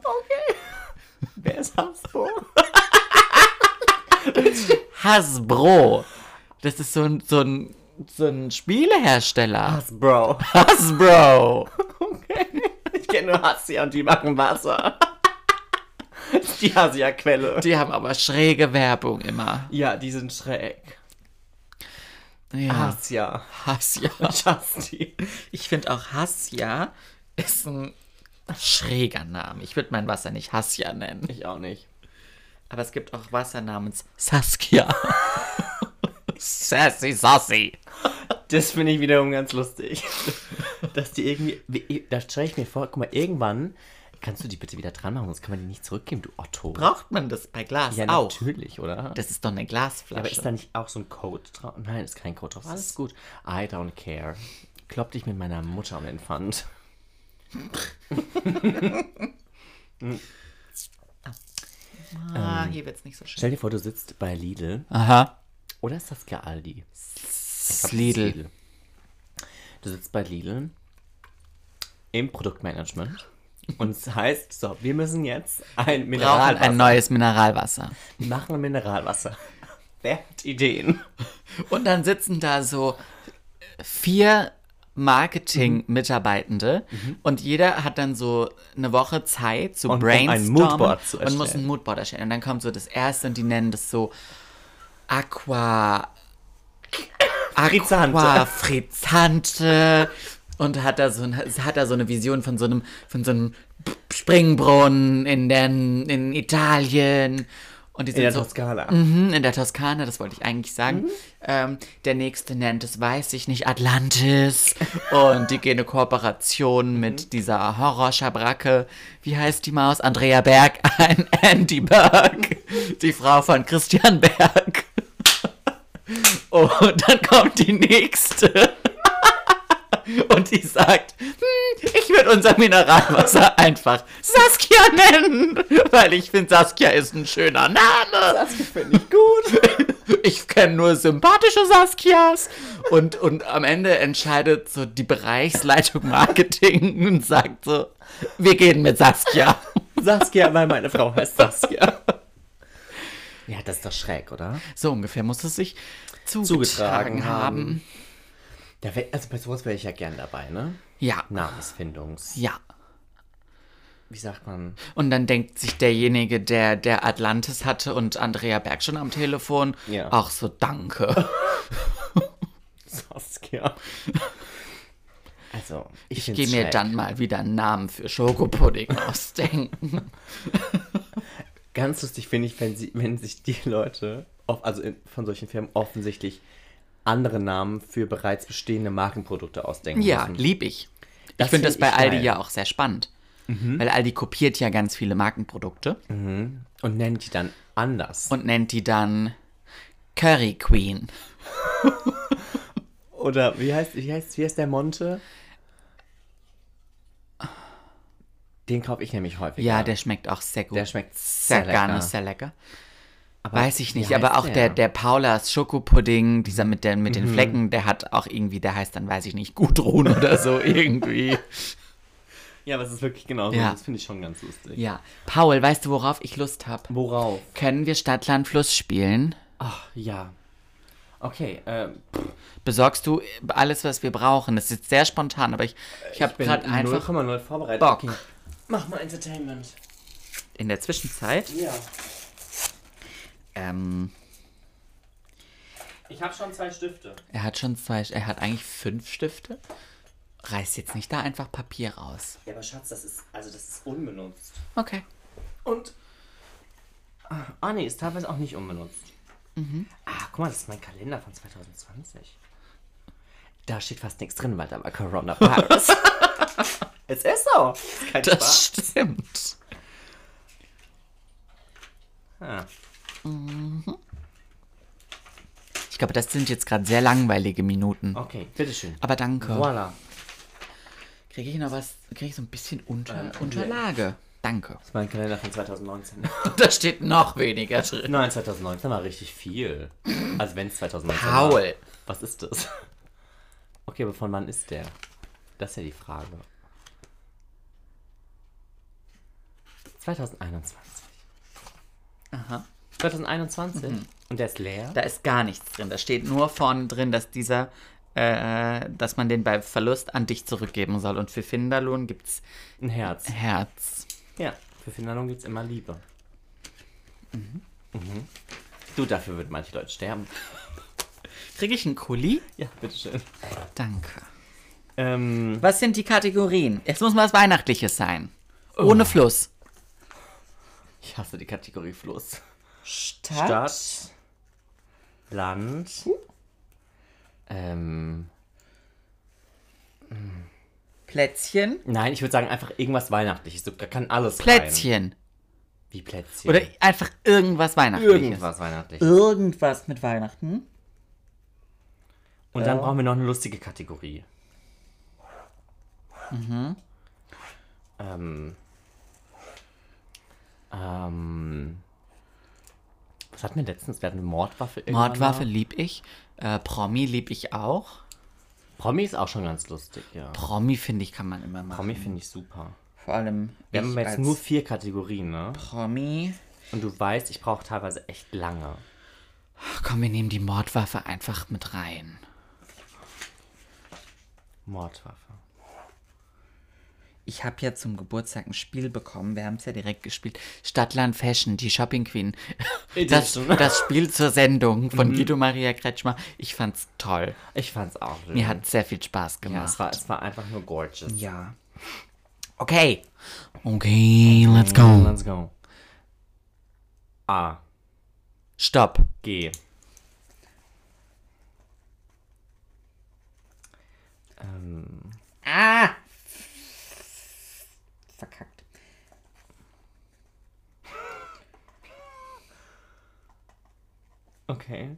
B: Wer ist Hasbro?
A: Hasbro. Das ist so ein, so ein, so ein Spielehersteller.
B: Hasbro.
A: Hasbro.
B: Ich kenne nur Hassia und die machen Wasser. Die Asia-Quelle.
A: Die haben aber schräge Werbung immer.
B: Ja, die sind schräg. Ah.
A: Ja.
B: Asia.
A: Hass, ja.
B: Justin.
A: Ah. Ich finde auch Hassia ist ein schräger Name. Ich würde mein Wasser nicht Hassia nennen.
B: Ich auch nicht.
A: Aber es gibt auch Wasser namens Saskia. Sassy Sassy.
B: Das finde ich wiederum ganz lustig. Dass die irgendwie. wie- Da stelle ich mir vor, guck mal, irgendwann kannst du die bitte wieder dran machen, sonst kann man die nicht zurückgeben, du Otto.
A: Braucht man das bei Glas
B: ja,
A: auch?
B: natürlich, oder?
A: Das ist doch eine
B: Ja,
A: Glasflasche.
B: aber ist da nicht auch so ein Code drauf? Nein, ist kein Code drauf. Alles gut. I don't care. Klopp dich mit meiner Mutter um den Pfand.
A: ah, hier wird's nicht so schön.
B: Stell dir vor, du sitzt bei Lidl.
A: Aha.
B: Oder ist das gar Aldi?
A: Lidl.
B: Du sitzt bei Lidl im Produktmanagement. Und es heißt, so, wir müssen jetzt ein
A: Brauchen
B: Mineralwasser.
A: ein neues Mineralwasser.
B: Wir machen ein Mineralwasser. Wer hat Ideen?
A: Und dann sitzen da so vier Marketing-Mitarbeitende und jeder hat dann so eine Woche Zeit zu
B: Mhm. Und um ein
A: brainstormen
B: Moodboard zu
A: und muss
B: erstellen.
A: ein Moodboard erstellen. Und dann kommt so das erste und die nennen das so Aqua
B: Frizzante.
A: Aqua Frizzante und hat da so ein, hat da so eine Vision von so einem von so einem Springbrunnen in der, in Italien und die sind
B: In der
A: so
B: Toskana.
A: Mhm, in der Toskana, das wollte ich eigentlich sagen. Ähm, der nächste nennt es, weiß ich nicht, Atlantis. Und die gehen eine Kooperation mit dieser Horror-Schabracke. Wie heißt die Maus? Andrea Berg, ein Andy Berg. Die Frau von Christian Berg. Und dann kommt die nächste. Und die sagt, hm, ich würde unser Mineralwasser einfach Saskia nennen, weil ich finde, Saskia ist ein schöner Name.
B: Finde ich gut.
A: Ich kenne nur sympathische Saskias. Und, und am Ende entscheidet so die Bereichsleitung Marketing und sagt so, wir gehen mit Saskia.
B: Saskia, weil meine Frau heißt Saskia. Ja, das ist doch schräg, oder?
A: So ungefähr muss es sich zugetragen,
B: Zugetragen
A: haben.
B: haben. Da wär, also bei sowas wäre ich ja gern dabei, ne?
A: Ja,
B: Namensfindungs.
A: ja.
B: Wie sagt man?
A: Und dann denkt sich derjenige, der, der Atlantis hatte und Andrea Berg schon am Telefon,
B: Ja.
A: auch so, danke.
B: Saskia. Also, ich,
A: Ich
B: find's
A: gehe mir
B: schräg.
A: dann mal wieder einen Namen für Schokopudding ausdenken.
B: Ganz lustig finde ich, wenn, sie, wenn sich die Leute, off- also in, von solchen Firmen, offensichtlich andere Namen für bereits bestehende Markenprodukte ausdenken
A: Ja,
B: müssen.
A: lieb ich. ich
B: Das
A: finde
B: find
A: das bei
B: ich
A: Aldi
B: geil. Mhm.
A: ja auch sehr spannend. Weil Aldi kopiert ja ganz viele Markenprodukte
B: Und nennt die dann anders.
A: und nennt die dann Curry Queen.
B: Oder wie heißt, wie heißt, wie heißt der Monte? Den kaufe ich nämlich häufig.
A: Ja, der schmeckt auch sehr gut.
B: der schmeckt
A: sehr
B: sehr
A: gerne,
B: lecker.
A: sehr lecker. Weiß ich
B: wie
A: nicht, aber
B: heißt
A: auch der,
B: der? Mhm.
A: der Paulas Schokopudding, dieser mit, der, mit den Flecken, der hat auch irgendwie, der heißt dann, weiß ich nicht, Gudrun oder so irgendwie.
B: Ja, aber es ist wirklich genau so.
A: Ja.
B: Das finde ich schon ganz lustig.
A: Ja. Paul, weißt du, worauf ich Lust habe?
B: Worauf?
A: Können wir Stadtland Fluss spielen?
B: Ach, ja. Okay, ähm,
A: Besorgst du alles, was wir brauchen? Das ist jetzt sehr spontan, aber ich, ich habe
B: bin
A: gerade einfach
B: 0,0 vorbereitet.
A: Bock.
B: Okay. Mach mal Entertainment.
A: In der Zwischenzeit.
B: Ja.
A: Ähm,
B: Ich habe schon zwei Stifte.
A: er hat schon zwei, er hat eigentlich fünf Stifte. Reiß jetzt nicht da einfach Papier raus.
B: Ja, aber Schatz, das ist, also das ist unbenutzt.
A: Okay.
B: Und. Ah, nee, ist teilweise auch nicht unbenutzt. Ah, guck mal, das ist mein Kalender von 2020. Da steht fast nichts drin, weil da war Coronavirus. es ist so. Ist kein Spaß.
A: Das stimmt.
B: Ah.
A: Ich glaube, das sind jetzt gerade sehr langweilige Minuten.
B: Okay, bitteschön.
A: Aber danke.
B: Voilà.
A: Kriege ich noch was? Kriege ich so ein bisschen unter, Unterlage? Danke.
B: Das ist mein Kalender von 2019.
A: Da steht noch weniger drin.
B: Nein, 2019 war richtig viel. Also wenn es 2019 war.
A: Paul.
B: Was ist das? Okay, aber von wann ist der? Das ist ja die Frage. 2021.
A: Aha.
B: 2021? Und der ist leer?
A: Mhm. Da ist gar nichts drin. Da steht nur vorne drin, dass dieser, äh, dass man den bei Verlust an dich zurückgeben soll. Und für Finderlohn gibt's
B: Ein Herz.
A: Herz.
B: Ja. Für Finderlohn gibt es immer Liebe.
A: Mhm.
B: Mhm. Du, dafür würden manche Leute sterben.
A: Kriege ich einen Kuli?
B: Ja, bitteschön.
A: Danke.
B: Ähm,
A: Was sind die Kategorien? Jetzt muss mal was Weihnachtliches sein.
B: Oh.
A: Ohne Fluss.
B: ich hasse die Kategorie Fluss.
A: Stadt. Uh.
B: Stadt, Land, ähm,
A: Plätzchen.
B: nein, ich würde sagen einfach irgendwas Weihnachtliches. Da kann alles rein.
A: Plätzchen.
B: Wie Plätzchen.
A: Oder einfach irgendwas Weihnachtliches.
B: irgendwas Weihnachtliches.
A: Irgendwas mit Weihnachten.
B: Und dann brauchen wir noch eine lustige Kategorie. Mhm. Ähm, ähm, was hatten wir letztens? Wir hatten Mordwaffe. irgendwann
A: Mordwaffe
B: mal.
A: lieb ich. Äh, Promi lieb ich auch.
B: Promi ist auch schon ganz lustig, ja.
A: Promi, finde ich, kann man immer machen.
B: Promi finde ich super.
A: Vor allem.
B: Wir haben
A: ich
B: jetzt
A: als
B: nur vier Kategorien, ne?
A: Promi.
B: Und du weißt, ich brauche teilweise echt lange.
A: Ach komm, wir nehmen die Mordwaffe einfach mit rein.
B: Mordwaffe.
A: Ich habe ja zum Geburtstag ein Spiel bekommen. Wir haben es ja direkt gespielt. Stadtland Fashion, die Shopping Queen. Das,
B: Edition.
A: das Spiel zur Sendung
B: Mhm.
A: von Guido Maria Kretschmer. Ich fand's toll.
B: Ich fand's auch schön.
A: Mir hat sehr viel Spaß
B: Mhm. ja,
A: gemacht.
B: es, war, es war einfach nur gorgeous.
A: Ja. Okay. Okay, let's go.
B: Let's go. A.
A: Stopp.
B: G.
A: Ah! Verkackt.
B: Okay.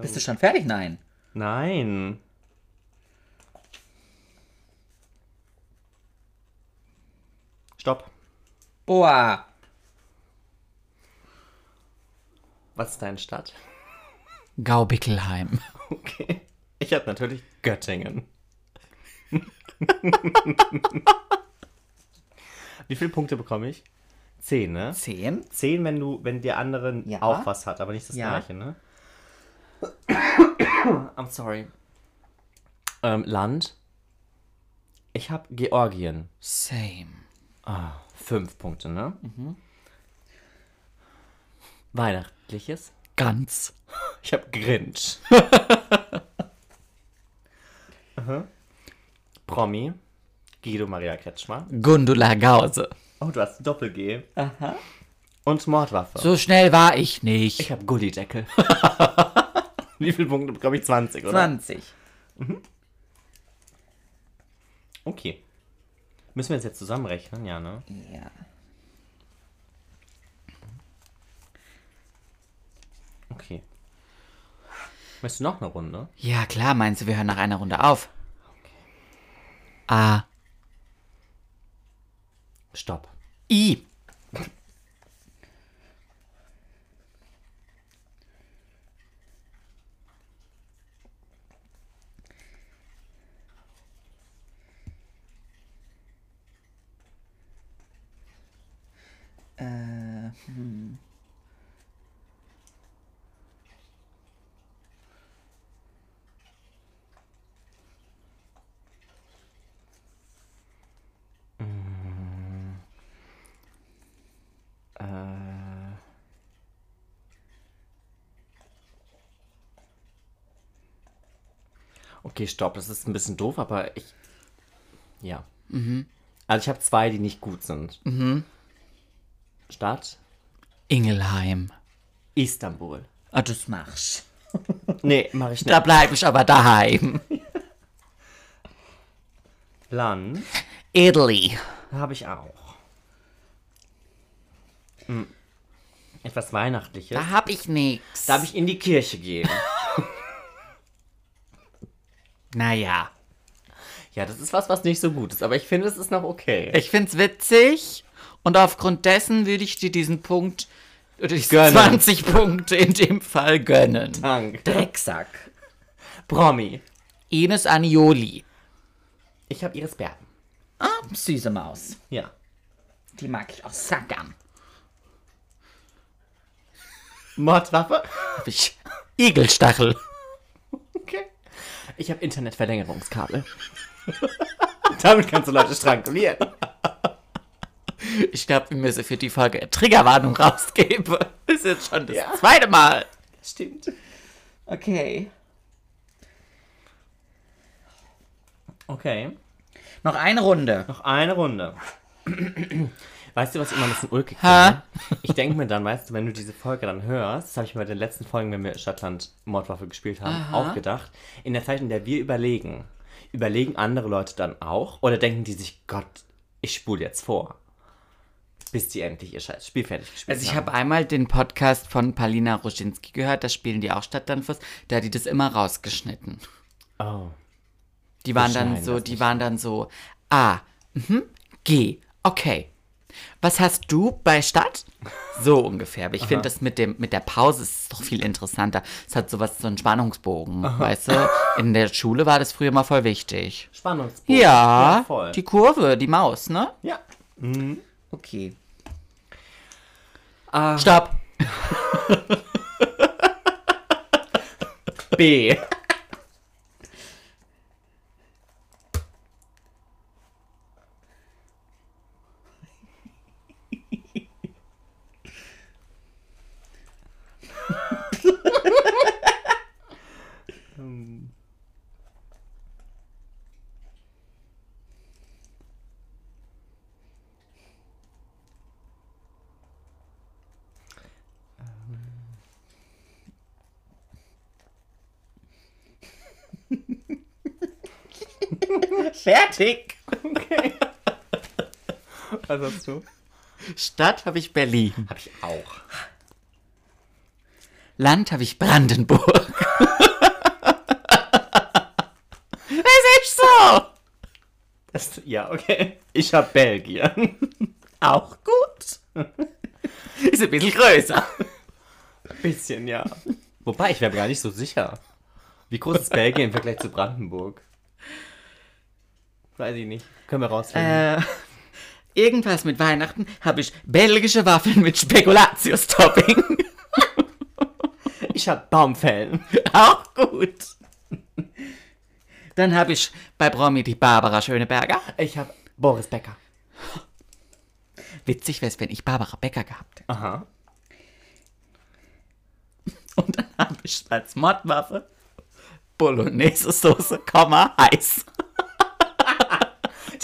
A: Bist du schon fertig? Nein.
B: Nein. Stopp.
A: Boah.
B: Was ist deine Stadt?
A: Gaubickelheim.
B: Okay. Ich habe natürlich Göttingen. Wie viele Punkte bekomme ich? Zehn, ne?
A: Zehn?
B: Zehn, wenn du, wenn der andere
A: Ja.
B: auch was hat, aber nicht das
A: Ja.
B: gleiche, ne? I'm sorry. Ähm, Land. Ich habe Georgien.
A: Same.
B: Ah. Fünf Punkte, ne? Weihnachtliches.
A: Ganz.
B: Ich habe Grinch. Aha. Promi. Guido Maria Kretschmer.
A: Gundula Gause.
B: Oh, du hast Doppel-G. Mhm. Aha. Und Mordwaffe.
A: So schnell war ich nicht.
B: Ich habe Gullideckel. Wie viele Punkte bekomme ich? 20, oder?
A: 20.
B: Okay. Müssen wir das jetzt zusammenrechnen? Ja, ne?
A: Ja.
B: Okay. Möchtest du noch eine Runde?
A: Ja, klar, meinst du, wir hören nach einer Runde auf? Ah, A.
B: Stopp.
A: I.
B: Okay, stopp. Das ist ein bisschen doof, aber ich. Ja. Also, ich habe zwei, die nicht gut sind: Stadt,
A: Ingelheim.
B: Istanbul.
A: Ah, das machst.
B: Nee, mache ich
A: Da
B: nicht.
A: bleib ich aber daheim.
B: Land
A: Italy.
B: habe ich auch. Hm. Etwas Weihnachtliches.
A: Da hab ich nix.
B: Darf ich in die Kirche gehen?
A: Naja.
B: ja, das ist was, was nicht so gut ist, aber ich finde, es ist noch okay.
A: Ich find's witzig und aufgrund dessen würde ich dir diesen Punkt, oder diese
B: Gönnen.
A: 20 Punkte in dem Fall gönnen.
B: Dank.
A: Drecksack.
B: Promi.
A: Ines Anioli.
B: Ich habe Iris Berben.
A: Süße Maus.
B: Ja.
A: Die mag ich auch sehr gern.
B: Mordwaffe.
A: Hab ich. Igelstachel.
B: Okay. Ich habe Internetverlängerungskabel. Damit kannst du Leute strangulieren.
A: Ich glaube, wir müssen für die Folge eine Triggerwarnung rausgeben. Das ist jetzt schon das zweite Mal.
B: Stimmt.
A: Okay.
B: Okay.
A: Noch eine Runde.
B: Noch eine Runde. Weißt du, was ich immer ein bisschen ulkig finde?
A: Ha?
B: Ich denke mir dann, weißt du, wenn du diese Folge dann hörst, das habe ich mir bei den letzten Folgen, wenn wir Stadtland Mordwaffe gespielt haben, auch gedacht, in der Zeit, in der wir überlegen, überlegen andere Leute dann auch oder denken die sich, Gott, ich spule jetzt vor, bis die endlich ihr scheiß Spiel fertig gespielt
A: Also ich
B: haben.
A: habe einmal den Podcast von Palina Ruschinski gehört, da spielen die auch Stadtlandfluss, da hat die das immer rausgeschnitten.
B: Oh.
A: Die waren dann
B: schneiden
A: so,
B: das
A: die waren dann so, A, mhm, G, okay. Was hast du bei Stadt? So ungefähr. Aber ich finde das mit, dem, mit der Pause ist doch viel interessanter. Es hat sowas, so einen Spannungsbogen, weißt du? In der Schule war das früher mal voll wichtig.
B: Spannungsbogen.
A: Ja,
B: voll.
A: die Kurve, die Maus, ne?
B: ja. Mhm.
A: Okay.
B: Ah.
A: Stopp.
B: B.
A: Fertig.
B: Was hast du?
A: Stadt habe ich Berlin.
B: Hab ich auch.
A: Land habe ich Brandenburg. das ist so.
B: Das, ja, okay. Ich hab Belgien.
A: Auch gut. Ist ein bisschen größer.
B: Bisschen, ja. Wobei, ich wäre mir gar nicht so sicher. Wie groß ist Belgien im Vergleich zu Brandenburg? Weiß ich nicht. Können wir rausfinden.
A: Äh, irgendwas mit Weihnachten habe ich belgische Waffeln mit Spekulatius-Topping.
B: Äh, ich hab Baumfällen.
A: Auch gut. Dann habe ich bei Promi die Barbara Schöneberger.
B: Ich hab Boris Becker.
A: Witzig wäre es, wenn ich Barbara Becker gehabt hätte.
B: Aha.
A: Und dann habe ich als Mordwaffe Bolognese-Soße, Komma, heiß.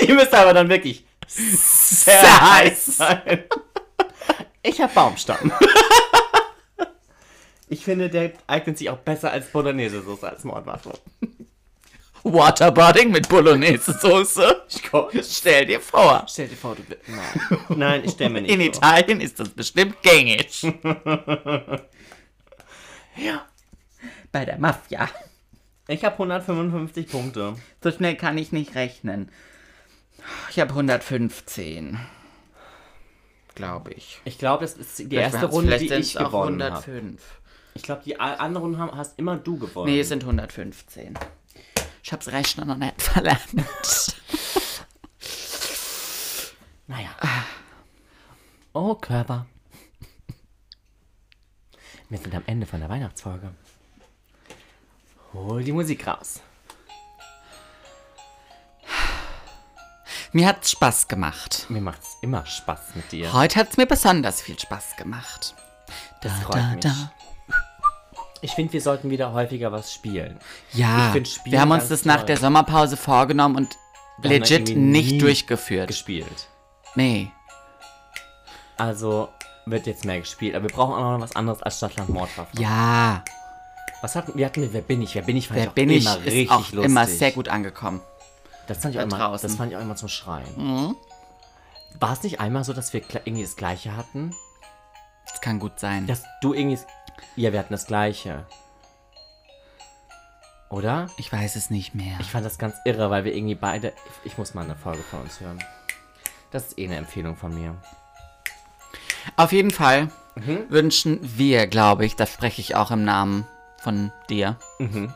B: Die müsste aber dann wirklich sehr, heiß sein. Ich hab Baumstamm. ich finde, der eignet sich auch besser als Bolognese-Soße als Mordwaffe.
A: Waterboarding mit Bolognese-Soße.
B: Ich komm.
A: Stell dir vor.
B: Stell dir vor, du... Nein, Nein ich stell mir nicht
A: In
B: vor.
A: Italien ist das bestimmt gängig. Bei der Mafia.
B: Ich habe 155 Punkte.
A: So schnell kann ich nicht rechnen. Ich habe 115. Glaube ich.
B: Ich glaube, das ist die
A: Vielleicht
B: erste
A: waren's-
B: Runde,
A: vielleicht
B: die
A: sind's
B: ich
A: auch
B: gewonnen habe.
A: 105.
B: Ich glaube, die a- anderen haben, hast immer du gewonnen.
A: Nee, es sind 115. Ich hab's Rechnen noch nicht verlernt.
B: naja. Oh, Körper. Wir sind am Ende von der Weihnachtsfolge. Hol die Musik raus.
A: Mir hat's Spaß gemacht.
B: Mir macht's immer Spaß mit dir.
A: Heute hat's mir besonders viel Spaß gemacht.
B: Das freut mich. Ich finde, wir sollten wieder häufiger was spielen. Ich
A: Ja,
B: find Spiele
A: wir haben uns
B: ganz
A: das nach
B: toll.
A: der Sommerpause vorgenommen und
B: Wir haben da
A: legit
B: irgendwie nie
A: nicht durchgeführt.
B: Gespielt.
A: nee.
B: Also wird jetzt mehr gespielt. Aber wir brauchen auch noch was anderes als Stadtland Mordwaffe.
A: Ja,
B: Was hatten wir hatten wir Wer bin ich? Wer bin ich? Fand
A: wer
B: ich auch
A: bin ich?
B: immer
A: Ist
B: richtig
A: auch
B: lustig.
A: immer sehr gut angekommen.
B: Das fand ich auch
A: da
B: immer,
A: Halt draußen. Mhm.
B: das fand ich auch immer zum Schreien. War es nicht einmal so, dass wir gl- irgendwie das Gleiche hatten?
A: Das kann gut sein.
B: Dass du irgendwie. Ja, wir hatten das Gleiche. Oder?
A: Ich weiß es nicht mehr.
B: Ich fand das ganz irre, weil wir irgendwie beide. Ich, ich muss mal eine Folge von uns hören. Das ist eh eine Empfehlung von mir.
A: Auf jeden Fall
B: Mhm.
A: wünschen wir, glaube ich, da spreche ich auch im Namen von dir,
B: Mhm.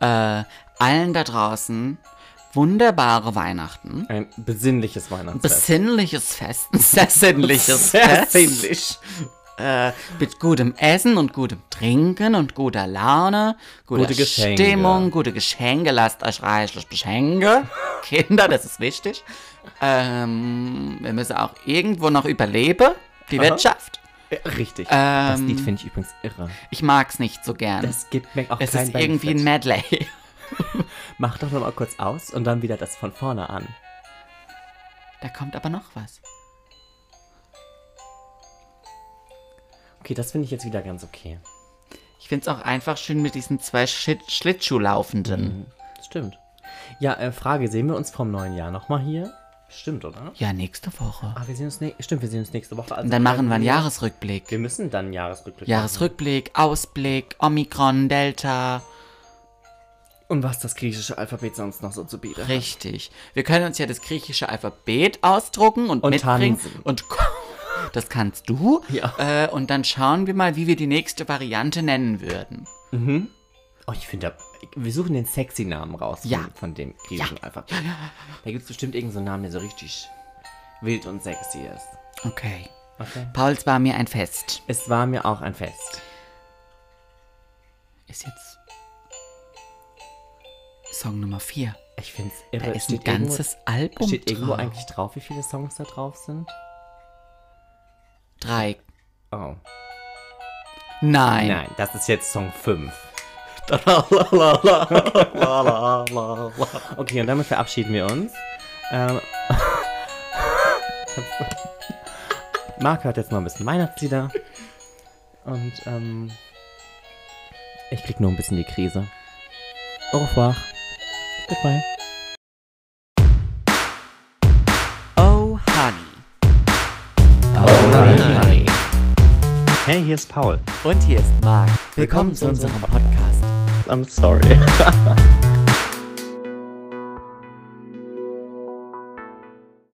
A: äh, allen da draußen wunderbare Weihnachten.
B: Ein besinnliches Weihnachtsfest.
A: Besinnliches Fest, ein sehr sinnliches
B: Sehr
A: Fest.
B: sinnlich.
A: Mit gutem Essen und gutem Trinken und guter Laune, guter
B: Gute Geschenke.
A: Stimmung, gute Geschenke. Lasst euch reichlich beschenken. Kinder, das ist wichtig. Ähm, wir müssen auch irgendwo noch überleben, die
B: Aha.
A: Wirtschaft.
B: Äh, Richtig. das
A: Ähm.
B: Lied finde ich übrigens irre.
A: Ich mag's nicht so gern.
B: Das gibt mir auch
A: es
B: keinen
A: ist irgendwie ein
B: Benefit.
A: Medley.
B: Mach doch nochmal kurz aus und dann wieder das von vorne an.
A: Da kommt aber noch was.
B: Okay, das finde ich jetzt wieder ganz okay.
A: Ich find's auch einfach schön mit diesen zwei Schit Schlittschuhlaufenden.
B: Stimmt. Ja, äh, Frage, sehen wir uns vom neuen Jahr nochmal hier? Stimmt, oder?
A: Ja, nächste Woche.
B: Ah, wir sehen uns, ne stimmt, wir sehen uns nächste Woche. Also
A: Und dann machen wir einen
B: Wir
A: Jahresrückblick.
B: müssen dann einen Jahresrückblick
A: Jahresrückblick, Ausblick, Omikron, Delta.
B: machen. Und was das griechische Alphabet sonst noch so zu bieten hat.
A: Richtig. Wir können uns ja das griechische Alphabet ausdrucken und,
B: Und
A: mitbringen.
B: tanzen.
A: Und das kannst du.
B: Ja.
A: Äh, und dann schauen wir mal, wie wir die nächste Variante nennen würden.
B: Oh, ich finde, wir suchen den sexy Namen raus
A: Ja.
B: von, von dem griechischen Alphabet. Da gibt es bestimmt irgendeinen so einen Namen, der so richtig wild und sexy ist.
A: Okay. Pauls war mir ein Fest.
B: Es war mir auch ein Fest.
A: Ist jetzt Song Nummer 4.
B: Ich finde es irre.
A: Da
B: es
A: ist ein
B: steht irgendwo-
A: ganzes Album
B: Steht irgendwo
A: drauf.
B: eigentlich drauf, wie viele Songs da drauf sind?
A: Drei.
B: Oh.
A: Nein.
B: Nein, das ist jetzt Song 5. okay, und damit verabschieden wir uns. Ähm, Marc hört jetzt mal ein bisschen Weihnachtslieder. Und ähm, ich krieg nur ein bisschen die Krise. Au revoir. Goodbye.
A: Oh, Honey.
C: Hey, here's Paul.
A: Und hier ist Marc. Willkommen zu unserem Podcast.
C: I'm sorry.